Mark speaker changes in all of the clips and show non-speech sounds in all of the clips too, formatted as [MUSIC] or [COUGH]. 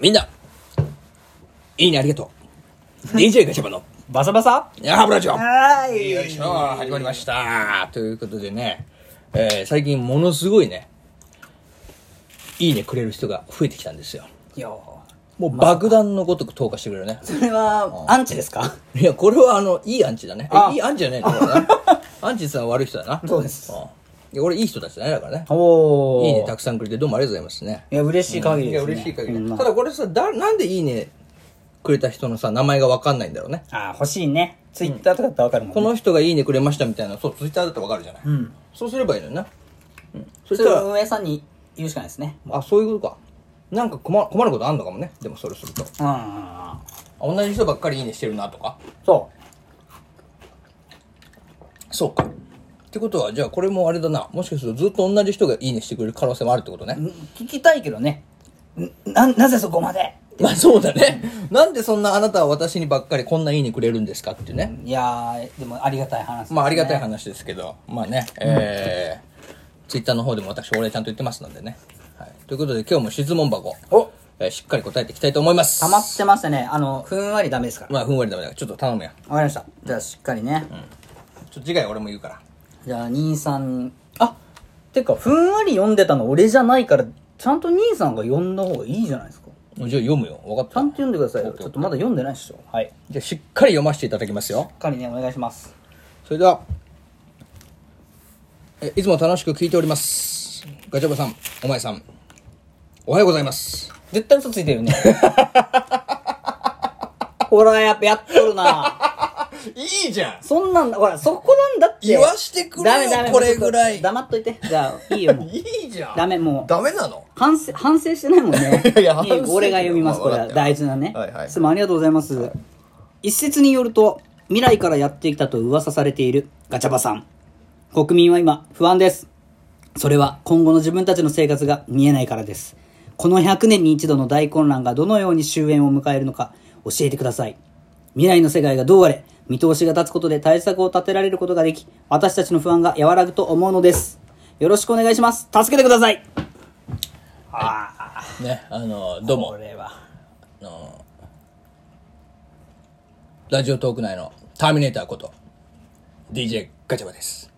Speaker 1: みんな、いいねありがとう。DJ ガチャバの、
Speaker 2: バサバサ
Speaker 1: ハブラジオ。よ
Speaker 2: はい
Speaker 1: しょ、始まりました。ということでね、えー最近ものすごいね、いいねくれる人が増えてきたんですよ。
Speaker 2: いや
Speaker 1: もう爆弾のごとく投下してくれるね。
Speaker 2: それは、アンチですか
Speaker 1: いや、これはあの、いいアンチだね。
Speaker 2: あ
Speaker 1: えいいアンチじゃねえこれはね。
Speaker 2: [LAUGHS]
Speaker 1: アンチさんは悪い人だな。
Speaker 2: そうです
Speaker 1: ん。いや、俺いい人たちだね、だからね。
Speaker 2: お
Speaker 1: いいね
Speaker 2: い
Speaker 1: たくさんくれてどうもありがとうございますね。
Speaker 2: や、嬉しい限り
Speaker 1: い
Speaker 2: で
Speaker 1: や
Speaker 2: すね。
Speaker 1: 嬉しい限り
Speaker 2: うん
Speaker 1: だ
Speaker 2: ま
Speaker 1: た
Speaker 2: あ
Speaker 1: だこれさだなんでいいねくれた人のさ名前が分かんないんだろうね
Speaker 2: あー、欲しいね。ツイッターとかだったらわかるもん
Speaker 1: こ
Speaker 2: ね。
Speaker 1: の人がいいねくれましたみたいなそうツイッターだって分かるじゃない、
Speaker 2: うん。
Speaker 1: そうすればいいのにな、うん、そ
Speaker 2: そ
Speaker 1: した
Speaker 2: れは
Speaker 1: ら
Speaker 2: 運営さんに言うしかないですね。
Speaker 1: あそういうことかなんか困困ることあんのかもねでもそれするとあ
Speaker 2: うん。
Speaker 1: 同じ人ばっかりいいねしてるなとか
Speaker 2: そ
Speaker 1: そうかってことはじゃあこれもあれだなもしかするとずっと同じ人がいいねしてくれる可能性もあるってことね、
Speaker 2: う。聞きたいけどね。んな、なぜそこまで
Speaker 1: まあそうだねなんでそんなあなたは私にばっかりこんないいねくれるんですかっていうね、
Speaker 2: いやー、でもありがたい話ですね
Speaker 1: まあありがたい。話ですけど、まあね、えー、ツイッターの方でも私お礼ちゃんと言ってますのでね。はい、ということで今日も質問箱、
Speaker 2: お
Speaker 1: えーしっかり答えていきたいと思います。
Speaker 2: 溜まってましたね。あの、ふんわりダメですから。
Speaker 1: まあふんわりダメだから、ちょっと頼むよ。
Speaker 2: わかりました。じゃあ、しっかりね。
Speaker 1: ちょっと次回俺も言うから。
Speaker 2: じゃあ、兄さん、あてか、ふんわり読んでたの俺じゃないから、ちゃんと兄さんが読んだ方がいいじゃないですか。
Speaker 1: じゃあ読むよ。分かっ
Speaker 2: ちゃ
Speaker 1: た。
Speaker 2: んと読んでくださいよ。ちょっとまだ読んでないっしょ。はい。し
Speaker 1: じゃあしっかり読ませていただきますよ。
Speaker 2: っかりね、お願いします。
Speaker 1: それでは、えいつも楽しく聞いております。ガチャバさん、お前さん、おはようございます。
Speaker 2: 絶対嘘ついてる
Speaker 1: [LAUGHS]
Speaker 2: よね。ほら、やっぱやっとるな。
Speaker 1: いいじゃん
Speaker 2: そんなんだ、ほら、そこなんだって。
Speaker 1: 言わしてくれよ
Speaker 2: ダメダメ
Speaker 1: これぐらい
Speaker 2: ちょっと黙っといて。じゃあ、いいよ、もう。
Speaker 1: いいじゃん
Speaker 2: ダメもう
Speaker 1: ダメなの
Speaker 2: 反省、反省してないもんね。
Speaker 1: いやいや反省
Speaker 2: よ俺が読みます、
Speaker 1: まあ
Speaker 2: これ
Speaker 1: わか
Speaker 2: は。
Speaker 1: ったよ
Speaker 2: 大事なね。
Speaker 1: はいはい
Speaker 2: いつもありがとうございます。一説によると、未来からやってきたと噂されているガチャバさん。国民は今、不安です。それは今後の自分たちの生活が見えないからです。この100年に一度の大混乱がどのように終焉を迎えるのか教えてください。未来の世界がどうあれ、見通しが立つことで対策を立てられることができ、私たちの不安が和らぐと思うのです。よろしくお願いします。助けてください。ああ。
Speaker 1: ね、あの、どうも
Speaker 2: こ。れは
Speaker 1: ラジオトーク内のターミネーターこと DJ ガチャバです。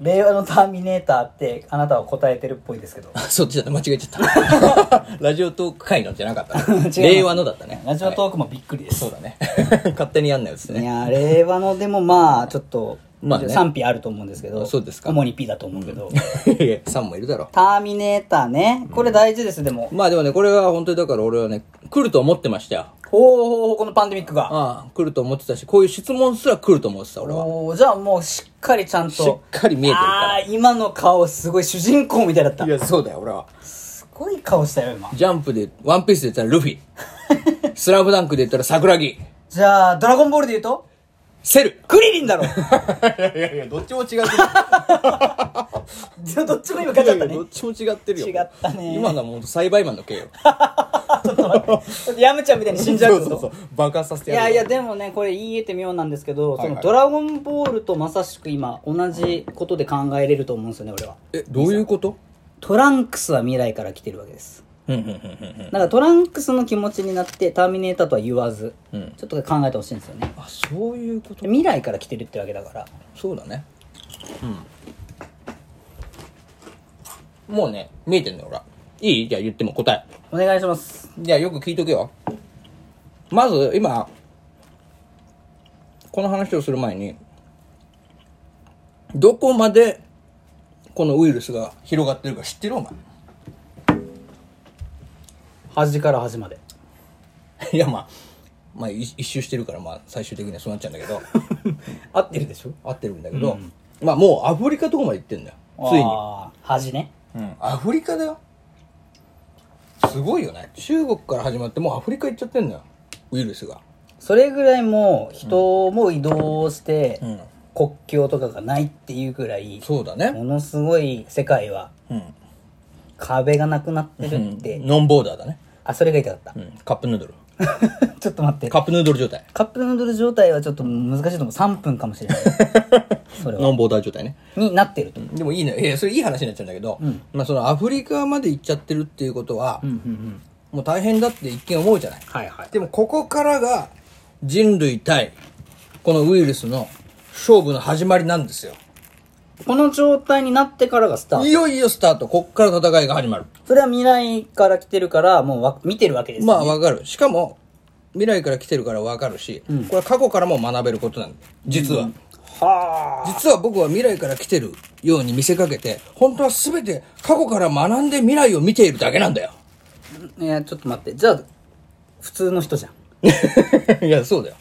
Speaker 2: 令和のターミネーターってあなたは答えてるっぽいですけど。
Speaker 1: あそっちだった間違えちゃ [LAUGHS] った。ラジオトーク界のじゃなかった、 [LAUGHS] ね
Speaker 2: 違う
Speaker 1: 令和のだったね。
Speaker 2: ラジオ
Speaker 1: はい
Speaker 2: トークもびっくりです、
Speaker 1: そうだね。 [LAUGHS] 勝手にやんないやつ
Speaker 2: い
Speaker 1: ね。
Speaker 2: や令和のでもまあちょっと、
Speaker 1: まあね
Speaker 2: 賛否あると思うんですけど
Speaker 1: そうですか
Speaker 2: 主に P だと思うけど、
Speaker 1: [LAUGHS] いやさんもいるだろ
Speaker 2: ターミネーターねこれ大事です、でも
Speaker 1: う。まあでもね、これは本当にだから俺はね、来ると思ってましたよ。
Speaker 2: ほうほうほうこのパンデミックが
Speaker 1: ああ、来ると思ってたし、こういう質問すら来ると思ってた俺は。
Speaker 2: おーじゃあもうしっかりちゃんと
Speaker 1: しっかり見えてるから
Speaker 2: あー今の顔すごい主人公みたいだった
Speaker 1: いや、そうだよ俺は。
Speaker 2: すごい顔したよ今
Speaker 1: ジャンプで、ワンピースで言ったらルフィ。 [LAUGHS] スラムダンクで言ったら桜木。
Speaker 2: じゃあドラゴンボールで言うと
Speaker 1: セル。
Speaker 2: クリリ
Speaker 1: [LAUGHS]
Speaker 2: ンだろ
Speaker 1: いやいやいや、どっちも違う [LAUGHS] けど。
Speaker 2: どっちも今勝っちゃっ
Speaker 1: い
Speaker 2: たね
Speaker 1: やいやどっちも違ってるよ。
Speaker 2: 違ったね
Speaker 1: 今のはもう栽培マンの系 [LAUGHS] よ。
Speaker 2: ちょっとヤムちゃんみたいに死んじゃうってこと
Speaker 1: そうそうそう。爆発させ
Speaker 2: い
Speaker 1: てや
Speaker 2: や
Speaker 1: る
Speaker 2: い
Speaker 1: よ。
Speaker 2: やでもねこれ言い得て妙なんですけど、
Speaker 1: はいはい
Speaker 2: そのドラゴンボールとまさしく今同じことで考えれると思うんですよね俺は
Speaker 1: え、どういうこと
Speaker 2: トランクスは未来から来てるわけです
Speaker 1: うんうんうんうん。
Speaker 2: だからトランクスの気持ちになってターミネーターとは言わず、
Speaker 1: うん
Speaker 2: ちょっと考えてほしいんですよね
Speaker 1: あ、そういうこと
Speaker 2: 未来から来てるってわけだから
Speaker 1: そうだね。うん。もうね、見えてんのよ、ほら。いいじゃあ言っても答え。
Speaker 2: お願いします
Speaker 1: じゃあよく聞いとけよ。まず、今、この話をする前に、どこまでこのウイルスが広がってるか知ってるお前。
Speaker 2: 端から端まで
Speaker 1: いやまあ、まあい一周してるからまあ最終的にはそうなっちゃうんだけど、
Speaker 2: 合ってるでしょ
Speaker 1: [LAUGHS] 合ってるんだけど、まあもうアフリカとこまで行ってんだよ。ついに。
Speaker 2: あー端ね
Speaker 1: うん、アフリカだよ。すごいよね。中国から始まってもうアフリカ行っちゃってんだよ。ウイルスが。
Speaker 2: それぐらいもう人も移動して、
Speaker 1: うん。
Speaker 2: 国境とかがないっていうぐらい
Speaker 1: そうだね。
Speaker 2: ものすごい世界は
Speaker 1: うん。
Speaker 2: 壁がなくなってるって、
Speaker 1: ノンボーダーだね。
Speaker 2: あそれが痛かっ
Speaker 1: うん。カップヌードル。
Speaker 2: た [LAUGHS] ちょっと待って
Speaker 1: カップヌードル状態。
Speaker 2: カップヌードル状態はちょっと難しいと思う3分かもし
Speaker 1: [LAUGHS]
Speaker 2: れないそれは
Speaker 1: ノンボーダー状態ね。
Speaker 2: になってると
Speaker 1: でもいいね。いや、それいい話になっちゃうんだけど、まあそのアフリカまで行っちゃってるっていうことは、
Speaker 2: うんうん
Speaker 1: もう大変だって一見思うじゃない。
Speaker 2: はいはい
Speaker 1: でもここからが人類対このウイルスの勝負の始まりなんですよ。
Speaker 2: この状態になってからがスタート
Speaker 1: いよいよスタート。こっから戦いが始まる。
Speaker 2: それは未来から来てるからもうわ見てるわけです
Speaker 1: まあわかる。しかも、未来から来てるからわかるし、これは過去からも学べることなんだ。実は。
Speaker 2: はあ
Speaker 1: 実は僕は未来から来てるように見せかけて、本当は全て過去から学んで未来を見ているだけなんだよ。 [LAUGHS]
Speaker 2: いやちょっと待ってじゃあ普通の人じゃん
Speaker 1: いや、そうだよ。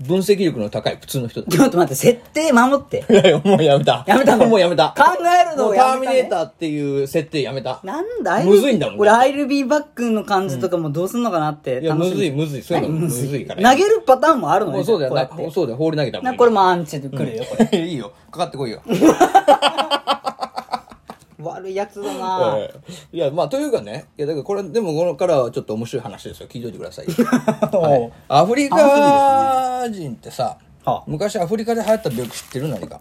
Speaker 1: 分析力の高い普通の人だ。 [LAUGHS]
Speaker 2: ちょっと待って設定守って
Speaker 1: いやいや、もうやめた。
Speaker 2: やめたの
Speaker 1: もうやめた。
Speaker 2: 考えるのをやめ
Speaker 1: もうター
Speaker 2: たね
Speaker 1: ミネーターっていう設定やめた。
Speaker 2: なんだ
Speaker 1: むずいんだもん
Speaker 2: 俺、アイルビーバックの感じとかもどうすんのかなって
Speaker 1: いや、
Speaker 2: 楽
Speaker 1: む
Speaker 2: しみ。
Speaker 1: ずい、むずい。そういうの
Speaker 2: 何
Speaker 1: む
Speaker 2: むずい
Speaker 1: ずいから。
Speaker 2: 投げるパターンもあるの
Speaker 1: も
Speaker 2: ね。
Speaker 1: うそうだよ
Speaker 2: こや
Speaker 1: な
Speaker 2: って。
Speaker 1: そうだよ。放り投げたも
Speaker 2: なんこれもアンチで来るよ、これ。
Speaker 1: いいよ。かかってこいよ。
Speaker 2: 悪いやつだな
Speaker 1: ええいや、まあ、というかね、いや、だからこれ、でもこれからはちょっと面白い話ですよ。聞いといてくださいよ。
Speaker 2: [LAUGHS] お
Speaker 1: は
Speaker 2: う
Speaker 1: いアフリカ人ってさ、
Speaker 2: はあ
Speaker 1: 昔アフリカで流行った病気知ってる何か。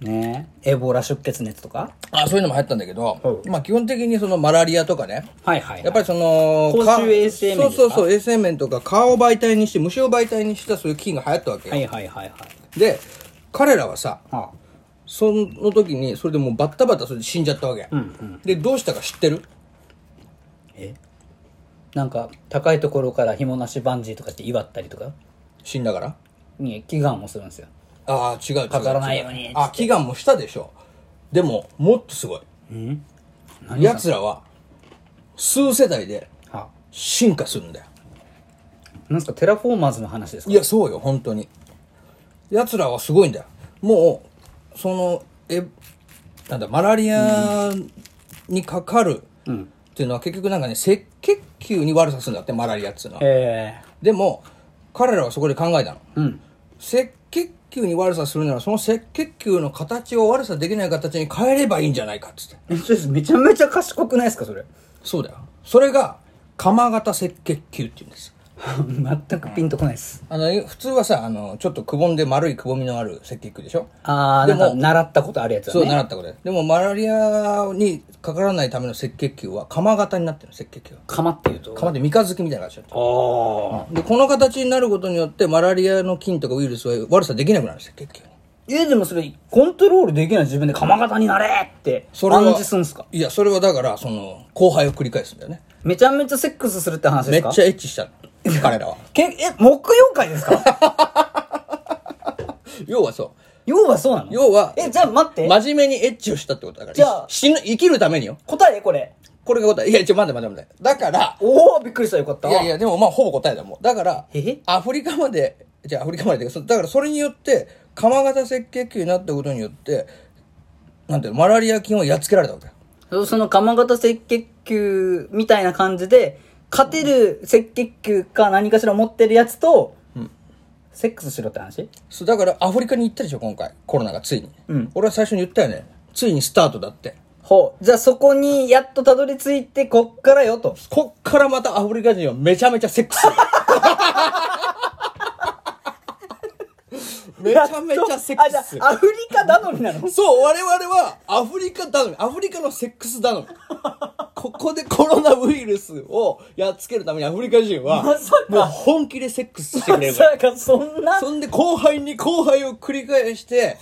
Speaker 2: ねえエボラ出血熱とか
Speaker 1: あそういうのも流行ったんだけど、
Speaker 2: う
Speaker 1: まあ、基本的にそのマラリアとかね、
Speaker 2: はいはい。
Speaker 1: やっぱりその、
Speaker 2: 公衆衛生面
Speaker 1: かそうそう
Speaker 2: ですか
Speaker 1: そう、衛生面とか、蚊を媒体にして、虫を媒体にしたそういう菌が流行ったわけよ。
Speaker 2: はいはいはいはい。
Speaker 1: で、彼らはさ、
Speaker 2: はあ
Speaker 1: その時に、それでもうバッタバタそれで死んじゃったわけ。
Speaker 2: んうん
Speaker 1: で、どうしたか知ってる
Speaker 2: えなんか、高いところから紐なしバンジーとかって祝ったりとか、
Speaker 1: 死んだから
Speaker 2: に祈願もするんですよ。
Speaker 1: ああ、違う違う。
Speaker 2: かからないように
Speaker 1: 違あ、祈願もしたでしょ。でも、もっとすごい。奴らは、数世代で
Speaker 2: は
Speaker 1: 進化するんだよ。
Speaker 2: あ、なんですか、テラフォーマーズの話ですか
Speaker 1: いや、そうよ、本当に。奴らはすごいんだよ。もう、その、え、なんだ、マラリアにかかるっていうのは結局なんかね、赤血球に悪さするんだって、マラリアっつうのは。
Speaker 2: え
Speaker 1: でも、彼らはそこで考えたの。
Speaker 2: えうん。
Speaker 1: 赤血球に悪さするなら、その赤血球の形を悪さできない形に変えればいいんじゃないかっつって。
Speaker 2: え、そうです。めちゃめちゃ賢くないですか、それ。
Speaker 1: そうだよ。それが、鎌型赤血球って言うんです。
Speaker 2: 全くピンとこないです。
Speaker 1: あの、普通はさ、あの、ちょっとくぼんで丸いくぼみのある赤血球でしょ
Speaker 2: ああ、
Speaker 1: でも
Speaker 2: なんか習ったことあるやつだね。
Speaker 1: そう、習ったことで。でも、マラリアにかからないための赤血球は、鎌型になってるの、赤血球は。
Speaker 2: 釜っていうと。
Speaker 1: 鎌って三日月みたいな形だっ
Speaker 2: ああ。
Speaker 1: た。で、この形になることによって、マラリアの菌とかウイルスは悪さできなくなるんです、赤血球に。
Speaker 2: え、でもそれ、コントロールできない自分で釜型になれって、
Speaker 1: それは
Speaker 2: 暗示すんすか
Speaker 1: いや、それはだから、その、後輩を繰り返すんだよね。
Speaker 2: めちゃめちゃセックスするって話で
Speaker 1: め
Speaker 2: す
Speaker 1: っ
Speaker 2: か
Speaker 1: ちゃエッチしたの。彼らは。
Speaker 2: けえ、木曜会です
Speaker 1: [LAUGHS]
Speaker 2: か
Speaker 1: 要はそ
Speaker 2: 要はそうなの
Speaker 1: う。要は、
Speaker 2: え、じゃあ待って。
Speaker 1: 真面目にエッチをしたってことだから。
Speaker 2: じゃあ
Speaker 1: 死ぬ、生きるためによ。
Speaker 2: 答えこれ。
Speaker 1: これが答え。いや、ちょ、待って待って待って。だから、
Speaker 2: おおびっくりした。よかった。
Speaker 1: いやいや、でもまあ、ほぼ答えだもん。だから
Speaker 2: え、
Speaker 1: アフリカまで、じゃあアフリカまでっていうかそだからそれによって、鎌型赤血球になったことによって、なんていうの、マラリア菌をやっつけられたわけだよ。
Speaker 2: そその釜型赤血球みたいな感じで、勝てる赤血球か何かしら持ってるやつと、セックスしろって話
Speaker 1: そう、だからアフリカに行ったでしょ、今回。コロナがついに。
Speaker 2: うん
Speaker 1: 俺は最初に言ったよね。ついにスタートだって。
Speaker 2: ほう。じゃあそこにやっとたどり着いて、こっからよと。
Speaker 1: こっからまたアフリカ人はめちゃめちゃセックスする。めちゃめちゃセック
Speaker 2: あ、じゃ
Speaker 1: スする。
Speaker 2: あアフリカ頼みな
Speaker 1: [LAUGHS]
Speaker 2: の
Speaker 1: そう、我々はアフリカ頼み、アフリカのセックス頼み。ここでコロナウイルスをやっつけるためにアフリカ人は、
Speaker 2: まさか
Speaker 1: もう本気でセックスして
Speaker 2: [LAUGHS]
Speaker 1: くれ
Speaker 2: ま
Speaker 1: るから。
Speaker 2: さかそんな
Speaker 1: そんで後輩に後輩を繰り返して、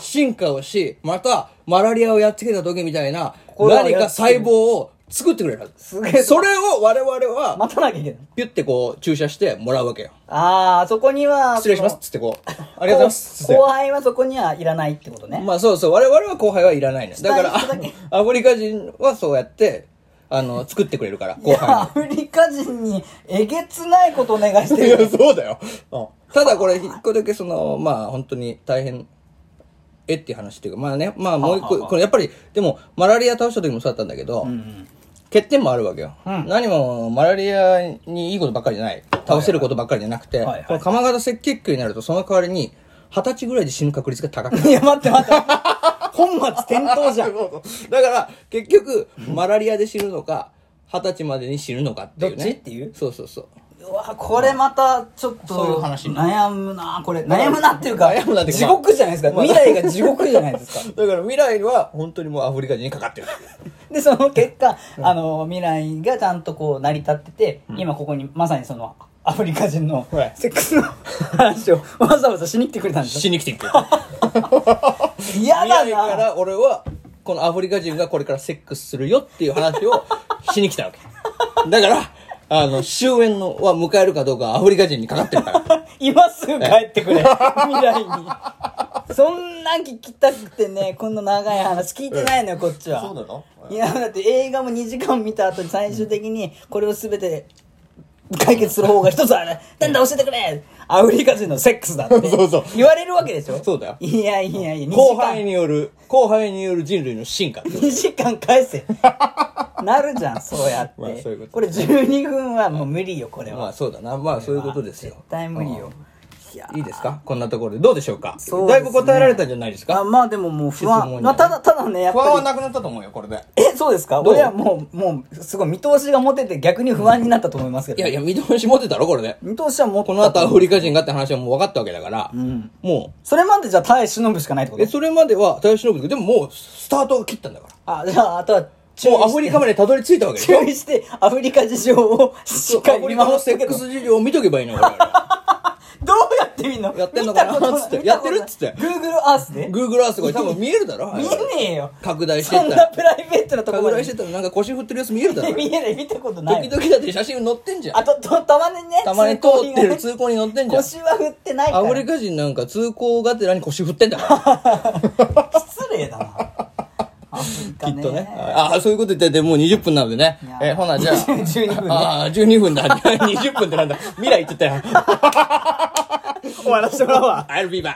Speaker 1: 進化をし、またマラリアをやっつけた時みたいな、
Speaker 2: 心をやっつ
Speaker 1: 何
Speaker 2: ける
Speaker 1: か細胞を作ってくれるはず。
Speaker 2: すげえ
Speaker 1: それを我々は、
Speaker 2: 待たなきゃいけない。
Speaker 1: ピュってこう注射してもらうわけよ。
Speaker 2: ああ、そこには。
Speaker 1: 失礼しますっ
Speaker 2: その
Speaker 1: つってこう、ありがとうございますっつって。
Speaker 2: 後輩はそこにはいらないってことね。
Speaker 1: まあそうそう、我々は後輩はいらないの。だから
Speaker 2: 下の人だけ、
Speaker 1: アフリカ人はそうやって、あの、作ってくれるから、後
Speaker 2: ア
Speaker 1: 輩
Speaker 2: フリカ人にえげつないことお願いし
Speaker 1: に。[LAUGHS]
Speaker 2: て
Speaker 1: いや、
Speaker 2: る。
Speaker 1: そうだよ。うんただこれ、一個だけその、まあ本当に大変、えっていう話っていうか、まあね、まあもう一個、これやっぱり、でも、マラリア倒した時もそうだったんだけど、欠点もあるわけよ、何もマラリアにいいことばっかりじゃない倒せることばっかりじゃなくて、
Speaker 2: はいはい
Speaker 1: この鎌型赤血球になるとその代わりに二十歳ぐらいで死ぬ確率が高くなる [LAUGHS]
Speaker 2: いや、待って待って。本末転倒じゃん。
Speaker 1: だから、結局、マラリアで死ぬのか、二十歳までに死ぬのかっていうね。
Speaker 2: どっちっていう
Speaker 1: そうそうそう。
Speaker 2: うわ、これまた、ちょっと、
Speaker 1: そういう話に
Speaker 2: 悩むなこれ。悩むなっていうか、
Speaker 1: 悩むなっていう
Speaker 2: 地
Speaker 1: か
Speaker 2: 獄じゃないですか。
Speaker 1: まあ [LAUGHS]
Speaker 2: 未来が地獄じゃないですか。
Speaker 1: だから未来は、本当にもうアフリカ人にかかってる。
Speaker 2: でその結果あの未来がちゃんとこう成り立ってて、今ここにまさにそのアフリカ人の
Speaker 1: はい
Speaker 2: セックスの話をわざわざしに来てくれたんです
Speaker 1: し
Speaker 2: よ
Speaker 1: に来ていく
Speaker 2: [LAUGHS]
Speaker 1: よ
Speaker 2: 嫌
Speaker 1: 未来
Speaker 2: だ
Speaker 1: か
Speaker 2: な
Speaker 1: ら俺はこのアフリカ人がこれからセックスするよっていう話
Speaker 2: [LAUGHS]
Speaker 1: をしに来たわけだからあの終焉のは迎えるかどうかはアフリカ人にかかってる
Speaker 2: [LAUGHS]
Speaker 1: から
Speaker 2: 今すぐ帰ってくれ未来にそんなん聞きたくてねこんな長い話聞いてないのよこっちは
Speaker 1: の
Speaker 2: いやだって映画も2時間見た後に最終的にこれを全て解決する方が一つあるなんだ教えてくれアフリカ人のセックスだって
Speaker 1: そうそう
Speaker 2: 言われるわけでしょ
Speaker 1: そうだよ
Speaker 2: いやいやいや2
Speaker 1: 後
Speaker 2: 時
Speaker 1: 輩
Speaker 2: 間
Speaker 1: による後輩による人類の進化
Speaker 2: 2時間
Speaker 1: [LAUGHS]
Speaker 2: 返せなるじゃんそうやって、
Speaker 1: まあそういうこと
Speaker 2: れ12分はもう無理よこれは、
Speaker 1: まあそうだなまあそういうことですよ
Speaker 2: 絶対無理よいや
Speaker 1: いいですかこんなところでどうでしょうか
Speaker 2: そうで
Speaker 1: だ
Speaker 2: す
Speaker 1: い
Speaker 2: ね
Speaker 1: ぶ答えられたんじゃないです
Speaker 2: あ
Speaker 1: か
Speaker 2: まあでももう不
Speaker 1: 質問に
Speaker 2: 安、
Speaker 1: ね
Speaker 2: まあ、ただただねやっ
Speaker 1: 不安
Speaker 2: ぱ
Speaker 1: は
Speaker 2: り
Speaker 1: なくなったと思うよこれで
Speaker 2: えそうですか
Speaker 1: どう
Speaker 2: 俺はもうもうすごい見通しが持てて逆に不安になったと思いますけど、
Speaker 1: いやいや見通し持ってたろこれで
Speaker 2: 見通しは持った
Speaker 1: この後アフリカ人がって話はもう分かったわけだから、
Speaker 2: ん
Speaker 1: も
Speaker 2: それまでじゃあ耐え忍ぶしかないってこ
Speaker 1: うえ
Speaker 2: と
Speaker 1: それまでは耐え忍ぶけどでももうスタートを切ったんだから
Speaker 2: あじゃああとは注意
Speaker 1: もうア
Speaker 2: し
Speaker 1: フ
Speaker 2: て
Speaker 1: リカまでたどり着いたわけでし
Speaker 2: 注
Speaker 1: ょ
Speaker 2: 意してアフリカ事情をしっか
Speaker 1: ア
Speaker 2: り
Speaker 1: フ
Speaker 2: 見
Speaker 1: リカの
Speaker 2: 守って
Speaker 1: セ
Speaker 2: い
Speaker 1: ッ
Speaker 2: く
Speaker 1: ク
Speaker 2: のどう
Speaker 1: ス事情を見とけばいいの俺ら
Speaker 2: やってみんの
Speaker 1: やってんのかな
Speaker 2: 見たこと
Speaker 1: つってやってるっつって
Speaker 2: 見たことない Google Earth で
Speaker 1: Google Earth とかで多分見えるだ [LAUGHS] ろあ
Speaker 2: 見
Speaker 1: れ
Speaker 2: えねえよ
Speaker 1: 拡大して
Speaker 2: そん
Speaker 1: った
Speaker 2: な
Speaker 1: ら
Speaker 2: プライベートなとこ
Speaker 1: 拡
Speaker 2: まで
Speaker 1: 大してったらなんか腰振ってるやつ見えるだろ
Speaker 2: 見えない見たことな
Speaker 1: 時
Speaker 2: い
Speaker 1: 々だって写真載ってんじゃん
Speaker 2: あととたまにね
Speaker 1: たまに通ってる
Speaker 2: 通行
Speaker 1: 通行に乗ってん
Speaker 2: 人
Speaker 1: じ
Speaker 2: が
Speaker 1: ゃん
Speaker 2: ね腰は振ってないか
Speaker 1: アフ
Speaker 2: ら
Speaker 1: リカ人なんか通行がてらに腰振ってんだか
Speaker 2: 失礼 [LAUGHS] だなアフリカ
Speaker 1: らき
Speaker 2: ね
Speaker 1: っとねああそういうこと言っててもう20分なのでね
Speaker 2: いや
Speaker 1: えほな
Speaker 2: [LAUGHS]
Speaker 1: じゃあ
Speaker 2: 12分ね
Speaker 1: ああ12分だ [LAUGHS] 20分ってなんだ未来って言ったよ
Speaker 2: 終わらせてもらうわ
Speaker 1: I'll be back